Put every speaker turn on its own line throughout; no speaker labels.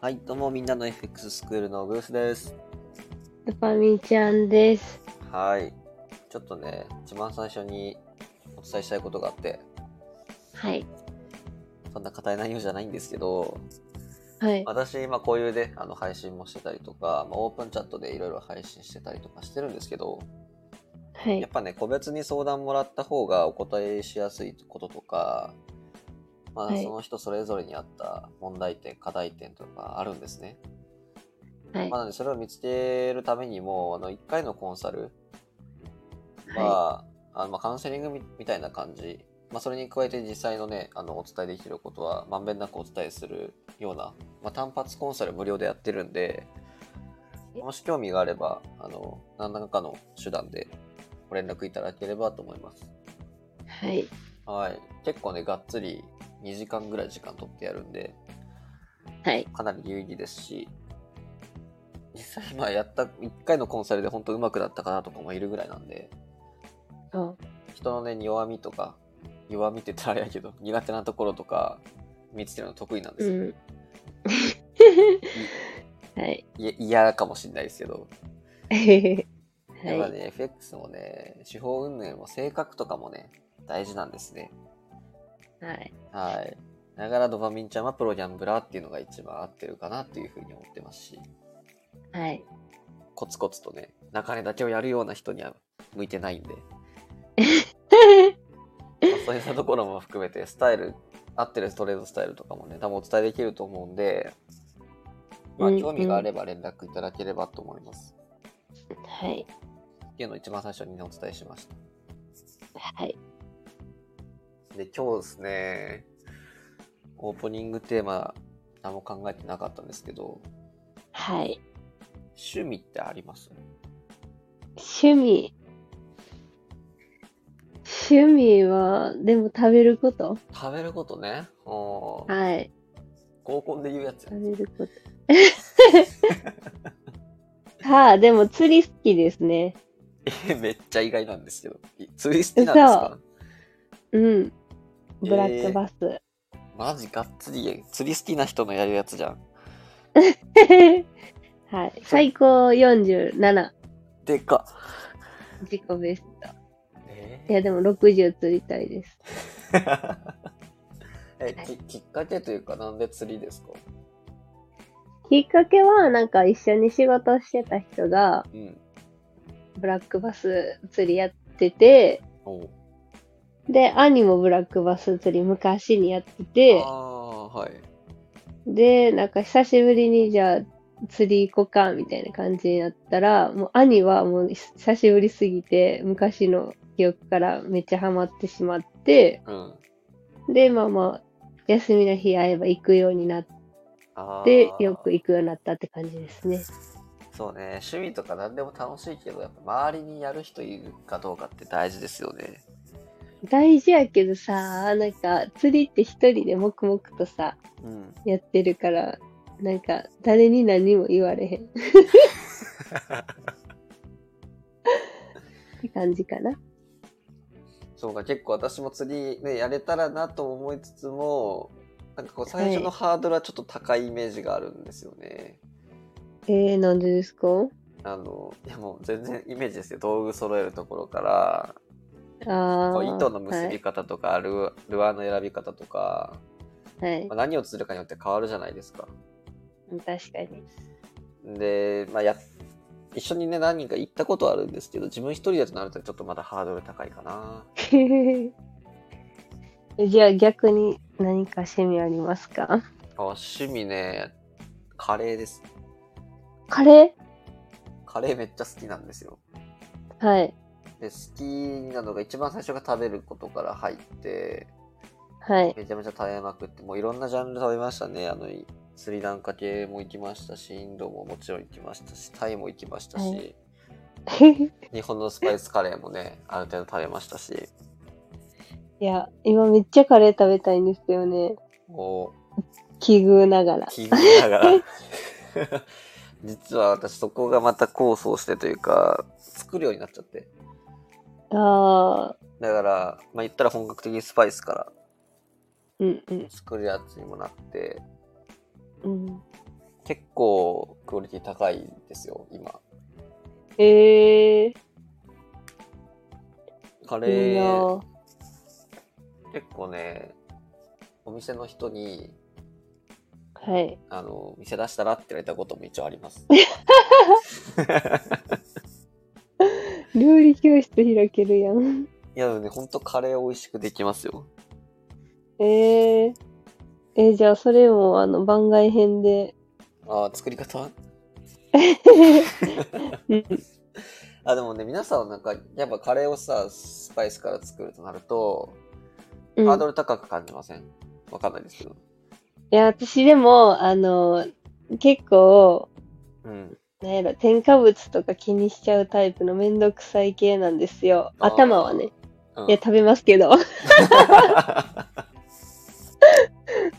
はい、どうもみんなの FX スクールのブースです。
ルパミちゃんです。
はい。ちょっとね、一番最初にお伝えしたいことがあって、
はい。
そんな固い内容じゃないんですけど、
はい。
私、今こういうね、あの配信もしてたりとか、まあ、オープンチャットでいろいろ配信してたりとかしてるんですけど、
は
や
い
っ。ぱね、個別に相談もらった方がお答えしやすいこととか、まあ、
はい
その人それぞれに合った問題点、課題点とかあるんですね。
はい
まあ、。なのでそれを見つけるためにも、あの、1回のコンサル、ま
は
あ、あのまあカウンセリングみみたいな感じ、まあ、それに加えて実際のねあのお伝えできることはまんべんなくお伝えするような、まあ、単発コンサル無料でやってるんで
え
もし興味があればあの何らかの手段でご連絡いただければと思います
い。はい。
はい結構ねがっつり2時間ぐらい時間取ってやるんで
はい。
かなり有意義ですし実際まあやった1回のコンサルで本当上手くなったかなとかもいるぐらいなんで
そう。
人のね弱みとか弱みって言ったらあれやけど苦手なところとか見つけるの得意なんです
う
よ、
ん。はい。
いや嫌かもしれないですけど、やっ
は
ぱ
い。
ね FX もね手法運営も性格とかもね大事なんですね
はい。
はいだからドバミンちゃんはプロギャンブラーっていうのが一番合ってるかなっていうふうに思ってますし
はい。
コツコツとね中根だけをやるような人には向いてないんで、まあそういったところも含めてスタイル合ってるトレードスタイルとかもね多分お伝えできると思うんでまあ
うん
興味があれば連絡いただければと思います、
はい。
っていうのを一番最初にねお伝えしました
はい。
で今日ですねオープニングテーマ何も考えてなかったんですけど
はい。
趣味ってあります
趣味。趣味は、でも食べること
食べることねおー
はい。
合コンで言うやつや
食べる こと。 はあ、でも釣り好きですね。
え めっちゃ意外なんですけどい釣り好きなんですか
うん。ブラックバス。
マジがっつり釣り好きな人のやるやつじゃん
はい。最高47。
でか
自己ベスト。
え
いや、でも60釣りたいです。
えききっかけというかなんで釣りですか
きっかけは、なんか一緒に仕事してた人が、
うん
ブラックバス釣りやってて、
おう
で、兄もブラックバス釣り昔にやってて
あ、あはい
で、なんか久しぶりにじゃあ釣り行こうか、みたいな感じになったら、もう兄はもう久しぶりすぎて、昔の記憶からめっちゃハマってしまって、
うん
で、まあまあ、休みの日会えば行くようになっ
あ
て、
ー
よく行くようになったって感じですね。
そうね趣味とか何でも楽しいけどやっぱ周りにやる人いるかどうかって大事ですよね
大事やけどさなんか釣りって一人で黙々とさ
うん
やってるからなんか誰に何も言われへんって感じかな
そうか結構私も釣りねやれたらなと思いつつもなんかこう最初のハードルはちょっと高いイメージがあるんですよね、
えー、なんでですか
あのいやもう全然イメージですよ道具揃えるところから
あ
こ
あ
う糸の結び方とか、ルアルアーの選び方とか、
はい、はい
まあ、何を釣るかによって変わるじゃないですか。
確かに
で、まあ、や一緒にね何人か行ったことはあるんですけど自分一人だとなるとちょっとまだハードル高いかな。
え じゃあ逆に何か趣味ありますか
あ趣味ねカレーです。
カレ
カレーめっちゃ好きなんですよ。
ーはい
で好きなのが一番最初が食べることから入って
はい
めちゃめちゃ食べまくってもういろんなジャンル食べましたねあのいスリランカ系も行きましたしインドももちろん行きましたしタイも行きましたし、
はい
日本のスパイスカレーもねある程度食べましたし
や今めっちゃカレー食べたいんですよね
も
奇遇ながら
う気にしながら実は私そこがまた構想してというか作るようになっちゃって
ああ
だからまあ言ったら本格的にスパイスから
うんうん
作るやつにもなって
うん
結構クオリティ高いですよ、今。
ええ
カ
ー、いい
レ
な
ー、
ぁ
結構ね、お店の人に、
はい。
あの、店出したらって言われたことも一応あり ます。
料理教室開けるやん。
いや、でもね、ほんとカレー美味しくできますよ。
ええー。え、じゃあそれもあの番外編で。
あー作り方
うん
あ、でもね、皆さんなんか、やっぱカレーをさ、スパイスから作るとなると、
うん
ハードル高く感じませんわかんないですけど。
いや、私でも、あの、結構、
うん。
なんやろ、添加物とか気にしちゃうタイプのめんどくさい系なんですよ。
あー
頭はね。
うん
いや、食べますけ ど。
は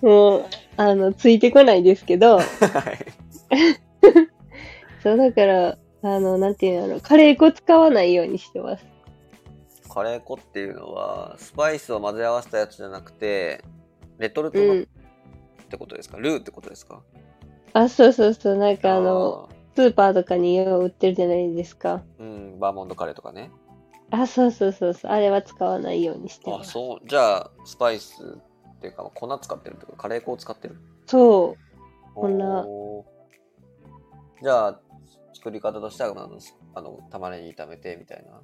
もう、あの、ついてこないですけど。
い
そう、だから、あの、なんていうの、カレー粉使わないようにしてます。
カレー粉っていうのは、スパイスを混ぜ合わせたやつじゃなくて、レトルト
う
のっ
ん。
てことですか、ルーってことですか
あ、そうそうそう、なんかあの、、スーパーとかによう売ってるじゃないですか。
ーうん、バーモントカレーとかね。
あ、そうそうそうそう、あれは使わないようにして
あ
ま、す。
そう。じゃあ、スパイスっていうか、粉使ってるってことカレー粉を使ってる
そう。
こ
んな
じゃあ作り方としてはあのすあの玉ねぎ炒めてみたいな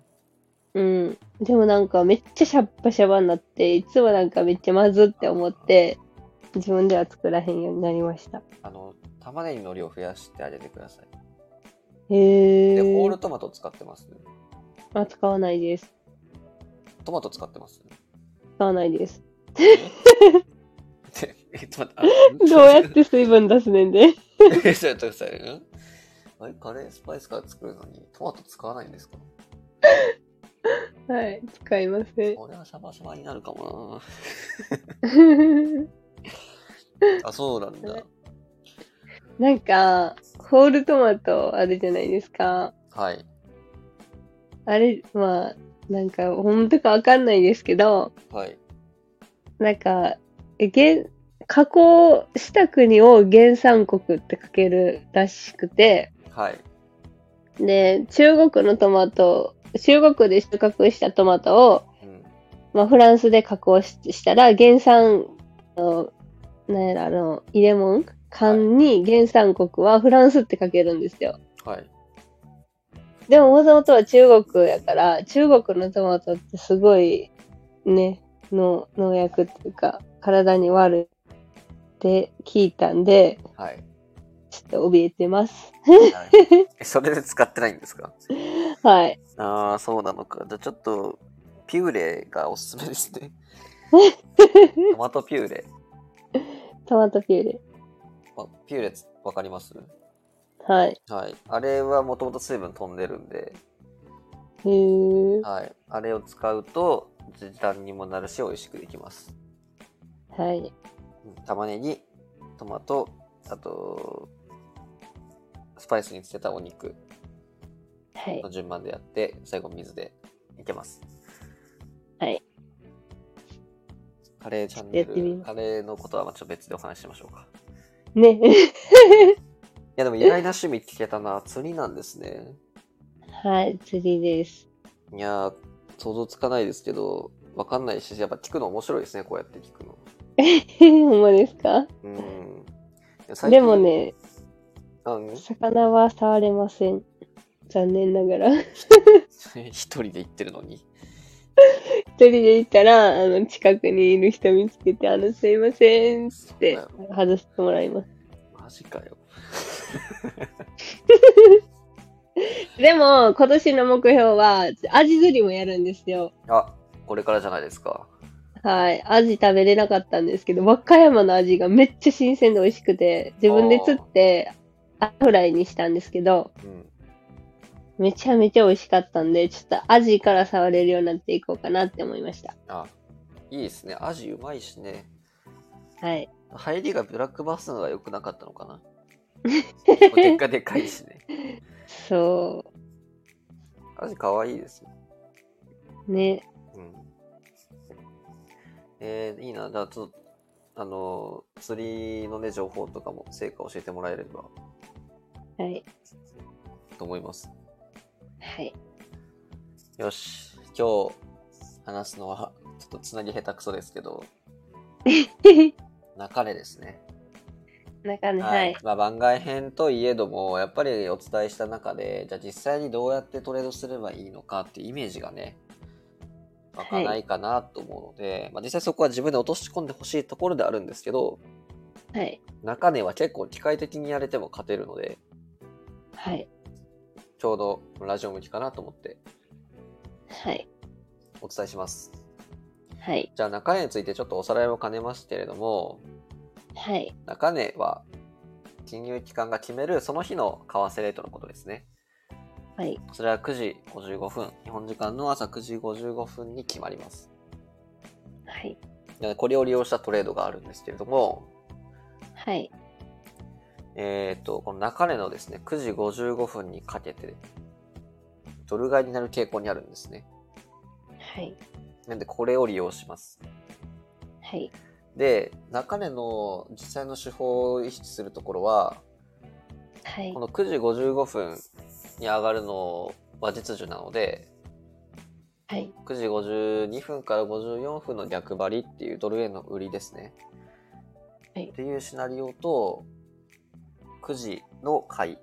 うん。でもなんかめっちゃシャッパシャバになって、いつもなんかめっちゃまずって思って、自分では作らへんようになりました。
あの玉ねぎの量増やしてあげてください
へ
でホー
ー
ル。トマト使ってます
あ、使わないです。
トマト使ってます
使わない です。
ええちょっと
どうやって水分出すねん で。
待ってえ ちょっと待ってくださいうんあれカレースパイスから作るのにトマト使わないんですか
はい、使いません。
これはシャバシャバになるかも なあそうなんだ
なんか、ホールトマトあるじゃないですか。
はい
あれ、まあ、なんか、本当かわかんないですけど、
はい
なんか、え原加工した国を原産国って書けるらしくて、
はい
で、中国のトマト、中国で収穫したトマトを、
うん
まあ、フランスで加工ししたら、原産の、なんやら、あの、入れ物缶に原産国はフランスって書けるんですよ。
はい
でも、もともとは中国やから、中国のトマトってすごい、ね、の農薬っていうか、体に悪いって聞いたんで、
はい
ちょっと怯えてます。
えそれで使ってないんですか
はい。
ああ、そうなのか。じゃあちょっと、ピューレがおすすめです ね。トマトピューレ。
トマトピューレ。
あピューレつわかります
はい。
はい。あれはもともと水分飛んでるんで、
へー。
はい。あれを使うと、時短にもなるし、美味しくできます。
はい。
うん玉ねぎ、トマト、あと、スパイスにつけたお肉
はい
の。順番でやって、最後水でいけます。
はい。
カレーチャン
や
ネ
ってみま
ル、
す
カレーのことはまたちょっと別でお話ししましょうか。
ね。
いやでも意外な趣味聞けたな。釣りなんですね。
はい。釣りです。
いやー、想像つかないですけど、わかんないし、やっぱ聞くの面白いですね、こうやって聞くの。
ほんまですか
うん。いや
でも、ね、
最近
魚は触れません。残念ながら。 一
あん 一人で行ってるのに。
人で行ったら、あの、近くにいる人見つけて、あの、すいませんっ
そうだ
て
よ
外してもらいます。
マジかよ。
でも、今年の目標は、アジ釣りもやるんですよ。
あ、これからじゃないですか。
はい。アジ食べれなかったんですけど、和歌山のアジがめっちゃ新鮮で美味しくて、自分で釣って、アジフライにしたんですけど、
うん。
めちゃめちゃ美味しかったんで、ちょっとアジから触れるようになっていこうかなって思いました。
あ、いいですね。アジうまいしね。
はい。
入りがブラックバスの方が良くなかったのかな。結果でかいしね。
そ
アジ可愛いですよ。
う。ね。
うん。えー、いいな。じゃあ、ちょっと、あの、釣りのね、情報とかも成果を教えてもらえれば
はい。
と思います。
はい。
よし、今日話すのは、ちょっとつなぎ下手くそですけど、中根ですね。
中根、はい。
まあ、番外編といえども、やっぱりお伝えした中で、じゃあ実際にどうやってトレードすればいいのかっていうイメージがね、湧かないかなと思うので、まあ、実際そこは自分で落とし込んでほしいところであるんですけど、
はい。
中根は結構機械的にやれても勝てるので、
はい。
ちょうどラジオ向きかなと思って
はい。
お伝えします。
はい。
じゃあ中根についてちょっとおさらいを兼ねますけれども、
はい。
中根は金融機関が決めるその日の為替レートのことですね。
はい。
それは9時55分、日本時間の朝9時55分に決まります。
はい。
でこれを利用したトレードがあるんですけれども、
はい。
えっ、と、この中根のですね、9時55分にかけて、ドル買いになる傾向にあるんですね。
はい。
なんで、これを利用します。
はい。
で、中根の実際の手法を意識するところは、
はい
こ。の9時55分に上がるのは実需なので、
はい。
9時52分から54分の逆張りっていうドル円の売りですね。
はい
っていうシナリオと、9時の買い、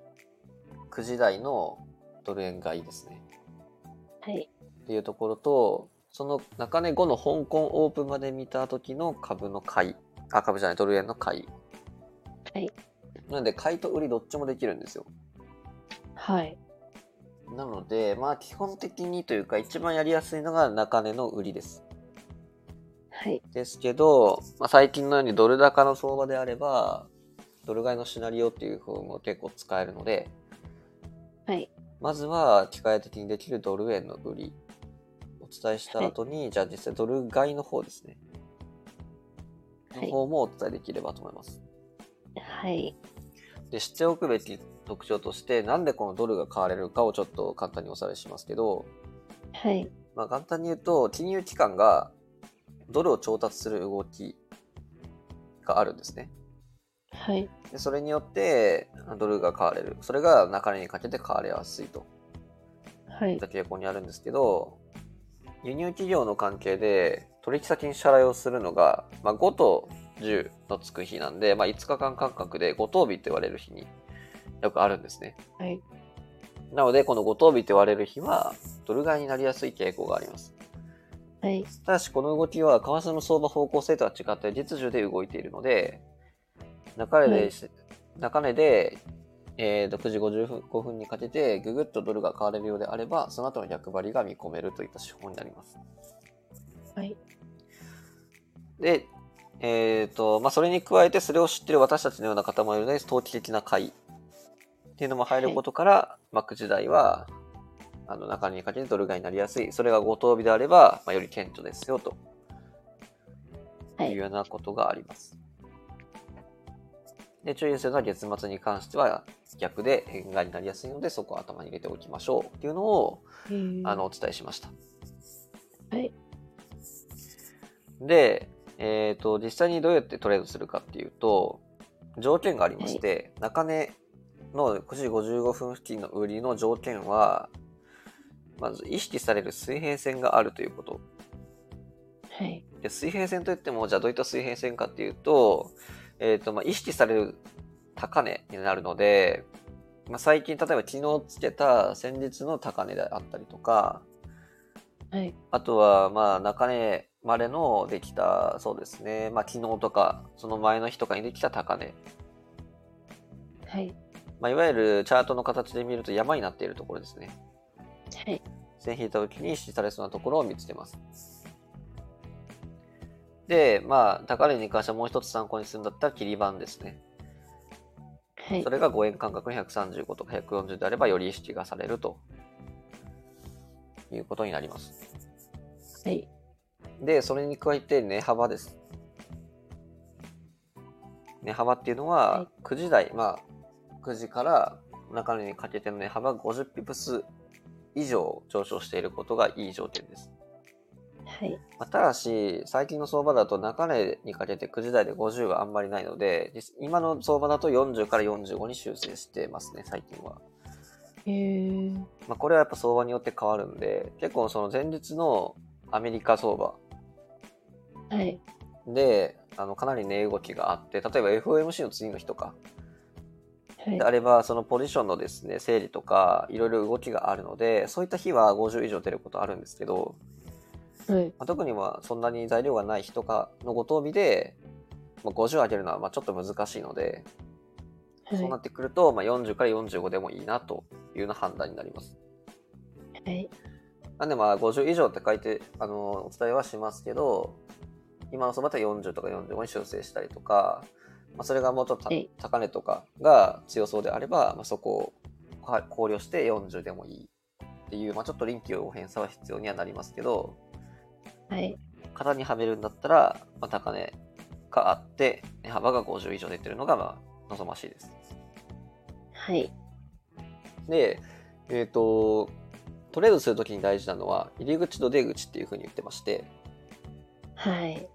9時台のドル円買いですね。
はい。
っていうところと、その中根後の香港オープンまで見た時の株の買い、あ、株じゃない、ドル円の買い。
はい。
なので、買いと売りどっちもできるんですよ。
はい。
なので、まあ基本的にというか一番やりやすいのが中根の売りです。
はい。
ですけど、まあ、最近のようにドル高の相場であれば、ドル買いのシナリオっていう方も結構使えるので、
はい。
まずは機械的にできるドル円の売り。お伝えした後に、じゃあ実際ドル買いの方ですね。の
はい。
方もお伝えできればと思います。
はい。
で、知っておくべき特徴として、なんでこのドルが買われるかをちょっと簡単におさらいしますけど、
はい。
まあ簡単に言うと、金融機関がドルを調達する動きがあるんですね。
はい。
でそれによってドルが買われるそれが中値にかけて買われやすいと
はいい
った。傾向にあるんですけど輸入企業の関係で取引先に支払いをするのが、まあ、5と10のつく日なんで、まあ、5日間間隔で5等日と言われる日によくあるんですね
はい。
なのでこの5等日と言われる日はドル買いになりやすい傾向があります
はい。
ただしこの動きは為替の相場方向性とは違って実需で動いているので中値で,、中値で、えー、6時55分にかけてぐぐっとドルが買われるようであればその後の逆張りが見込めるといった手法になります。
はい。
で、えーとまあ、それに加えてそれを知っている私たちのような方もいるので投機的な買いっていうのも入ることから、マック時代はあの中値にかけてドル買いになりやすいそれがご当日であれば、まあ、より顕著ですよと
は
いう
い。
ようなことがあります。で、注意するのは月末に関しては逆で変換になりやすいので、そこは頭に入れておきましょうっていうのを、あの、お伝えしました。
はい。
で、えっ、と、実際にどうやってトレードするかっていうと、条件がありまして、中根の9時55分付近の売りの条件は、まず意識される水平線があるということ。
はい。
で水平線といっても、じゃあどういった水平線かっていうと、えっ、と、まあ、意識される高値になるので、まあ、最近、例えば昨日つけた先日の高値であったりとか、
はい。
あとは、まあ、中値までのできた、そうですね、まあ、昨日とか、その前の日とかにできた高値。
はい。
まあ、いわゆるチャートの形で見ると山になっているところですね。
はい。
線引いた時に支持されそうなところを見つけます。で、まあ、高値に関してはもう一つ参考にするんだったら切り板ですね。
はい
そ。れが5円間隔の135とか140であればより意識がされるということになります。
はい。
で、それに加えて値幅です。値幅っていうの
は
はい9時台、まあ9時から中値にかけての値幅50ピプス以上上昇していることがいい条件です。
はい。
まあただし、最近の相場だと中値にかけて9時台で50はあんまりないので、実今の相場だと40から45に修正してますね、最近は。
へえ。
まあ、これはやっぱ相場によって変わるんで、結構その前日のアメリカ相場
はい。
で、あの、かなり値動きがあって、例えば FOMC の次の日とか
はい
であ。れば、そのポジションのですね、整理とか、いろいろ動きがあるので、そういった日は50以上出ることあるんですけど、
はい。
まあ、特にまあそんなに材料がない日とかのご当日で、まあ、50上げるのはまあちょっと難しいので、そうな
は
ってくると、まあ、40から45でもいいなというような判断になります。
い。はい。
なんでまあ50以上って書いて、あのお伝えはしますけど、今のそばだと40とか45に修正したりとか、まあ、それがもうちょっとた
はい
高値とかが強そうであれば、まあ、そこをは考慮して40でもいいっていう、まあ、ちょっと臨機応変さは必要にはなりますけど、
はい。
型にはめるんだったら、まあ、高値があって、値幅が50以上出てるのがまあ望ましいです。
はい。
で、えっ、と、トレードするときに大事なのは、入り口と出口っていうふうに言ってまして、
はい。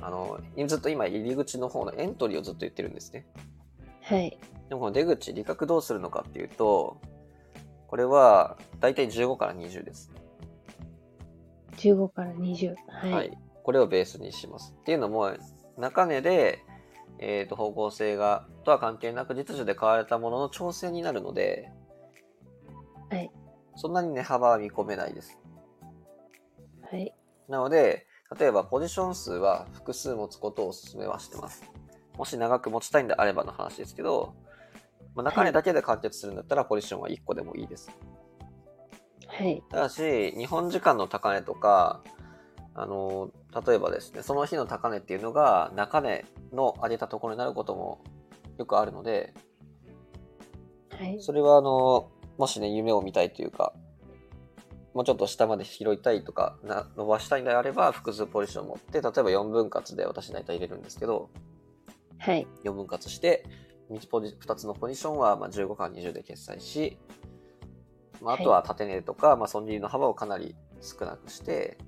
あの、ずっと今入り口の方のエントリーをずっと言ってるんですね。
はい。
でもこの出口、利確どうするのかっていうと、これは大体15から20です。
15から20。はい。
はい。これをベースにします。っていうのも、中値で、えっ、と、方向性が、とは関係なく実需で買われたものの調整になるので、
はい。
そんなに値幅は見込めないです。
はい。
なので、例えばポジション数は複数持つことをお勧めはしてます。もし長く持ちたいんであればの話ですけど、まあ、中
は
根
い
だけで完結するんだったらポジションは1個でもいいです。
はい。
ただし、日本時間の高値とか、あの、例えばですね、その日の高値っていうのが中値の上げたところになることもよくあるので、
はい。
それはあの、もしね、夢を見たいというか、もうちょっと下まで拾いたいとか、な伸ばしたいんであれば、複数ポジションを持って、例えば4分割で私大体入れるんですけど、
はい。
4分割して、2, ポジ2つのポジションはまあ15から20で決済し、まあ、あ
はい
とは縦値とか、まあ、損切りの幅をかなり少なくして、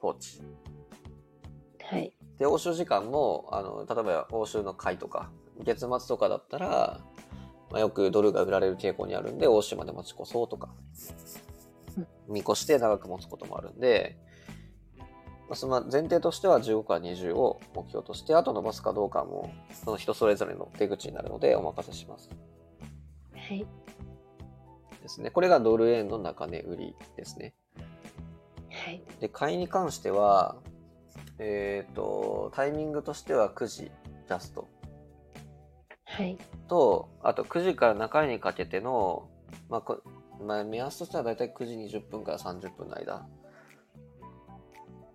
放置。
はい。
で、欧州時間も、あの、例えば欧州の買いとか、月末とかだったら、まあ、よくドルが売られる傾向にあるんで、欧州まで持ち越そうとか
うん、
見越して長く持つこともあるんで、まあ、その前提としては15から20を目標として、あと伸ばすかどうかも、その人それぞれの出口になるのでお任せします。
はい。
ですね。これがドル円の中値売りですね。
はい。
で、買いに関しては、えっ、と、タイミングとしては9時、ジャスト。
はい。
と、あと9時から中にかけての、まあこまあ、目安としてはだいたい9時20分から30分の間。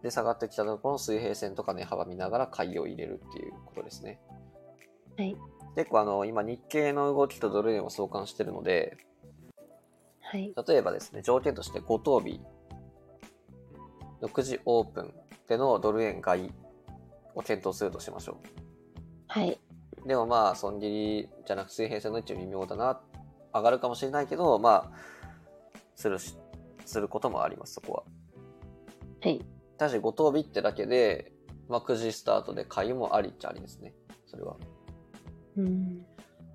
で、下がってきたところの水平線とか値幅見ながら買いを入れるっていうことですね。
はい。
結構あの、今日経の動きとドル円を相関してるので、
はい。
例えばですね、条件として5等日の9時オープンでのドル円買いを検討するとしましょう。
はい。
でもまあ、損切りじゃなく水平線の位置は微妙だな。上がるかもしれないけど、まあ、するし、することもあります、そこは。
はい。
ただし、五等日ってだけで、まあ、9時スタートで買いもありっちゃありですね。それは。
うん。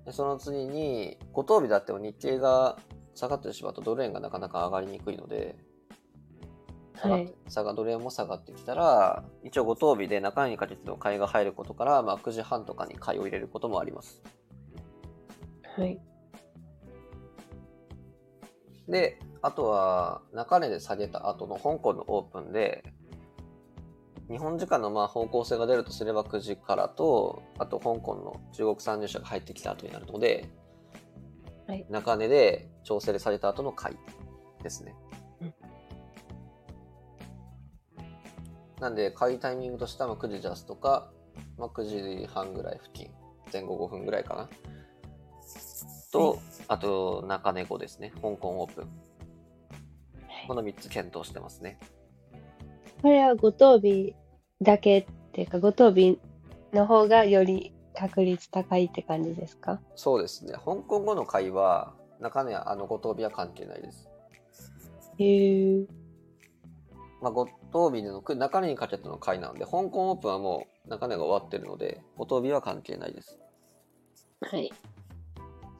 でその次に、五等日だっても日経が下がってしまうとドル円がなかなか上がりにくいので、下が
はい。
下がドル円も下がってきたら、一応五等日で中身にかけての買いが入ることから、まあ、9時半とかに買いを入れることもあります。
はい。
で、あとは、中値で下げた後の香港のオープンで、日本時間のまあ方向性が出るとすれば9時からと、あと香港の中国参入者が入ってきた後になるので、
はい
中値で調整で下げた後の買いですね。
うん
なんで、買いタイミングとしてはまあ9時ジャストか、まあ、9時半ぐらい付近、前後5分ぐらいかな。と、あと中根後ですね、香港オープン。この3つ検討してますね。
これは五等日だけっていうか、五等日の方がより確率高いって感じですか
そうですね。香港後の会は、中根はあのご当日は関係ないです。
へえ。
まあ、五島日の中根にかけての回なので、香港オープンはもう中根が終わってるので、五島日は関係ないです。
はい。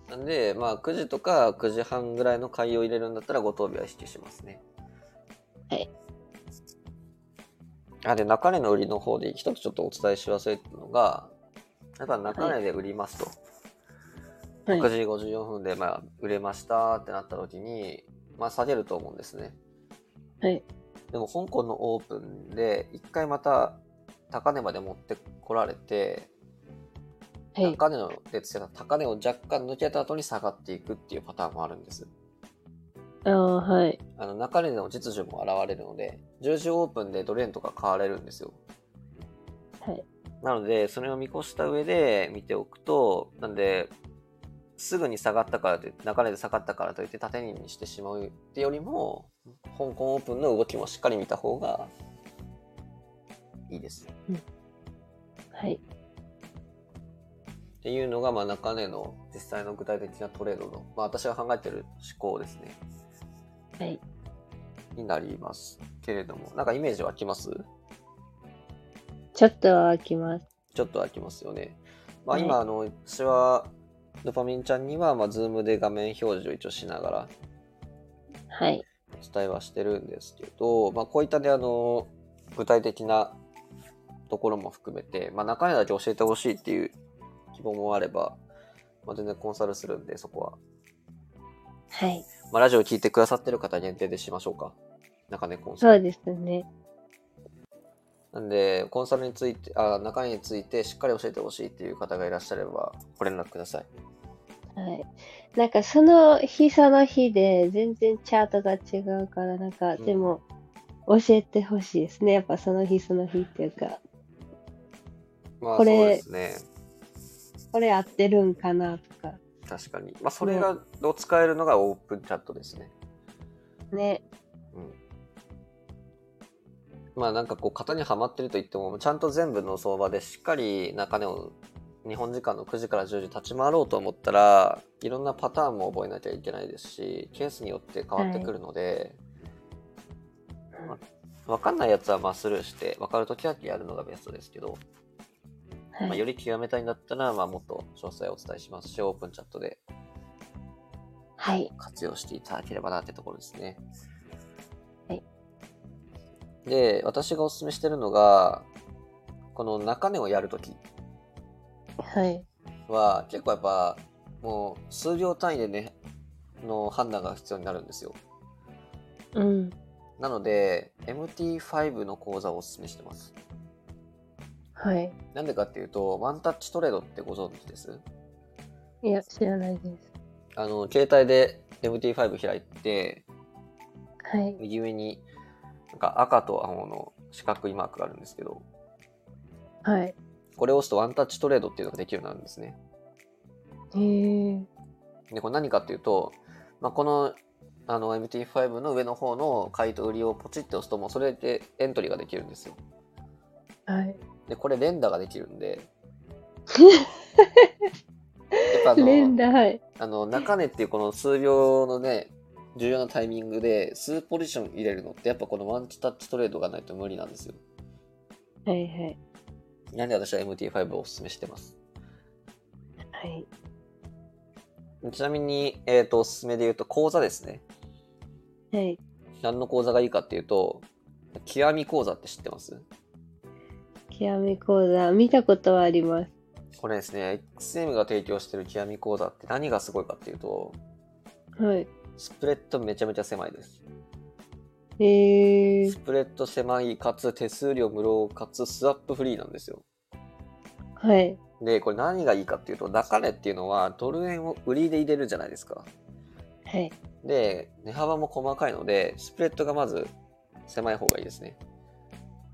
なんで、まあ、9時とか9時半ぐらいの回を入れるんだったら、五島日は意識しますね。
はい。
あ、で、中根の売りの方で一つちょっとお伝えし忘れてたのが、やっぱ中根で売りますと。
はい。
9時54分で、まあ、売れましたってなった時に、まあ、下げると思うんですね。
はい。
でも、香港のオープンで、一回また、高値まで持ってこられて、
はい。
高値の、でつけた高値を若干抜けた後に下がっていくっていうパターンもあるんです。
ああ、はい。
あの、中値の実需も現れるので、10時オープンでドル円とか買われるんですよ。
はい。
なので、それを見越した上で見ておくと、なんで、すぐに下がったからといって、流れで下がったからといって縦にしてしまうってよりも、香港オープンの動きもしっかり見た方がいいです。っ
はい。
ていうのが、まあ、中根の実際の具体的なトレードの、まあ、私が考えてる思考ですね。
はい。
になりますけれども、なんかイメージ湧きます
ちょっとは開きます。
ちょっと飽きますよね。まあ、
はい
今、あの、私は、ドパミンちゃんには、まあ、ズームで画面表示を一応しながら
はい。
お伝えはしてるんですけど、まあ、こういったね、あの、具体的なところも含めて、まあ、中身だけ教えてほしいっていう希望もあれば、まあ、全然コンサルするんで、そこは。
はい。
まあ、ラジオ聞いてくださってる方限定でしましょうか。中根コンサル。
そうですね。
なんで、コンサルについて、あ、中身についてしっかり教えてほしいっていう方がいらっしゃれば、ご連絡ください。
はい。なんかその日その日で全然チャートが違うから、なんか
うん
でも教えてほしいですね。やっぱその日その日っていうか、
まあ、そ
こ
う
れ
ですね。
これ合ってるんかなとか。
確かに。まあ、それが、を使えるのがオープンチャットですね。
ね。
うん。まあ、なんかこう、型にはまってると言っても、ちゃんと全部の相場でしっかり中根を、日本時間の9時から10時立ち回ろうと思ったら、いろんなパターンも覚えなきゃいけないですし、ケースによって変わってくるので、わかんないやつはまあスルーして、わかるときだけやるのがベストですけど、
は
まあ、
い。
より極めたいんだったら、まあ、もっと詳細をお伝えしますし、オープンチャットで
はい。
活用していただければなってところですね。
はい。
で、私がお勧めしてるのが、この中根をやるとき
はい。
は、結構やっぱ、もう数秒単位でね、の判断が必要になるんですよ。
うん。
なので、MT5 の講座をお勧めしてます。
はい。
なんでかっていうと、ワンタッチトレードってご存知です
いや、知らないです。
あの、携帯で MT5 開いて、
はい。
右上に、なんか赤と青の四角いマークがあるんですけど、
はい。
これを押すとワンタッチトレードっていうのができるようになるんですね。
へえ。
で、これ何かっていうと、まあ、この、あの、MT5 の上の方の買いと売りをポチって押すと、もうそれでエントリーができるんですよ。
はい。
で、これ連打ができるんで、やっぱあ
連
の、
打、はい。
あの中根っていうこの数秒のね、重要なタイミングで数ポジション入れるのってやっぱこのワンタッチトレードがないと無理なんですよ。
はいはい。
なんで私は MT5 をおすすめしてます。
はい。
ちなみに、えっ、と、おすすめで言うと、講座ですね。
はい。
何の講座がいいかっていうと、極み講座って知ってます
極み講座、見たことはあります。
これですね、XM が提供してる極み講座って何がすごいかっていうと、
はい。
スプレッドめちゃめちゃ狭いです。
へえ
ス。プレッド狭い、かつ手数料無料、かつスワップフリーなんですよ。
はい。
で、これ何がいいかっていうと、中値っていうのはドル円を売りで入れるじゃないですか。
はい。
で、値幅も細かいので、スプレッドがまず狭い方がいいですね。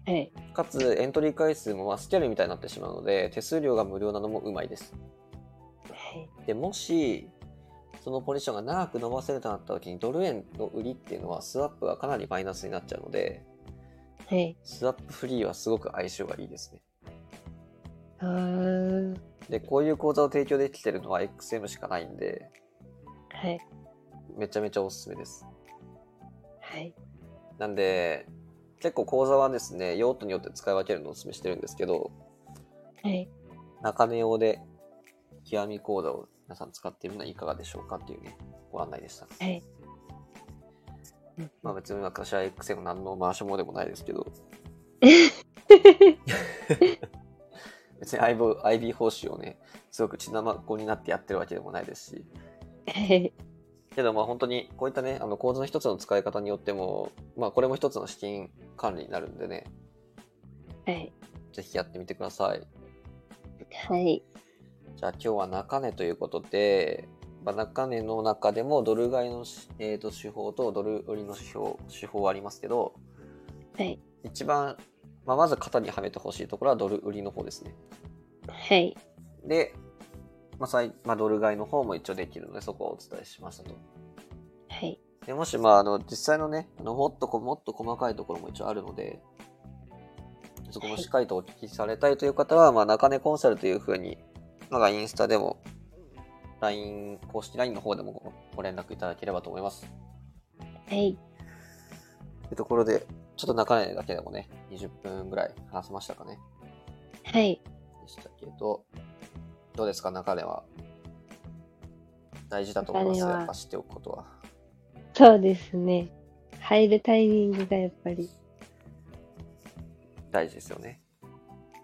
はい。
かつエントリー回数もまあスキャルみたいになってしまうので手数料が無料なのもうまいです
はい。
でもしそのポジションが長く伸ばせるとなった時にドル円の売りっていうのはスワップがかなりマイナスになっちゃうので
はい。
スワップフリーはすごく相性がいいですね
あー
でこういう講座を提供できてるのは XM しかないんで
はい。
めちゃめちゃおすすめです
はい。
なんで結構講座はですね、用途によって使い分けるのをお勧めしてるんですけど、
はい。
中根用で極み講座を皆さん使ってみるのはいかがでしょうかっていうね、ご案内でした。
はい。うん
まあ別に私は X も何の回しもでもないですけど。別に IB, IB 報酬をね、すごく血なまこになってやってるわけでもないですし。
はい。
けどまあ本当にこういったね、あの構図の一つの使い方によっても、まあこれも一つの資金管理になるんでね、
はい。
ぜひやってみてください。
はい。
じゃあ今日は中値ということで、まあ、中値の中でもドル買いのし、えー、と手法とドル売りの手法手法はありますけど、
はい
一番、まあ、まず型にはめてほしいところはドル売りの方ですね。
はい。
で、まあさいまあ、ドル買いの方も一応できるのでそこはお伝えしましたと。
はい。
でもし、まあ、あの実際のねあのもっとこもっと細かいところも一応あるのでそこもしっかりとお聞きされたいという方は、まあ、中根コンサルというふうに、なんかインスタでも LINE 公式 LINE の方でもごご連絡いただければと思いますと
はい。
いうところでちょっと中根だけでもね20分ぐらい話せましたかね
はい。
でしたけどどうですか中根は大事だと思います
中根は
やっぱ知っておくことは
そうですね。入るタイミングがやっぱり。
大事ですよね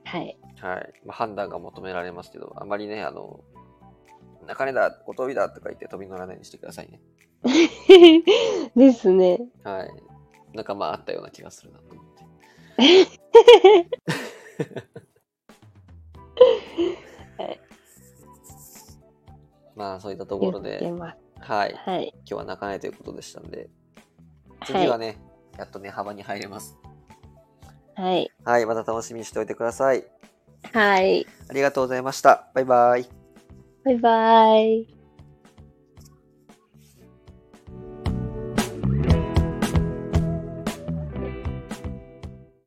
はい。
はい。まあ、判断が求められますけど、あまりね、あの、中根だ、おとびだとか言って飛び乗らないようにしてくださいね。
ですね。
はい。なんかまああったような気がするなと思って。
はい
まあそういったところ
言って
で、
ます。
はい。今
はい。
日は中根ということでしたんで、次は
は
ね、やっとね、幅に入れます。
い。はい。
はい。また楽しみにしておいてください。
はい。
ありがとうございました。バイバイ。
バイバイ。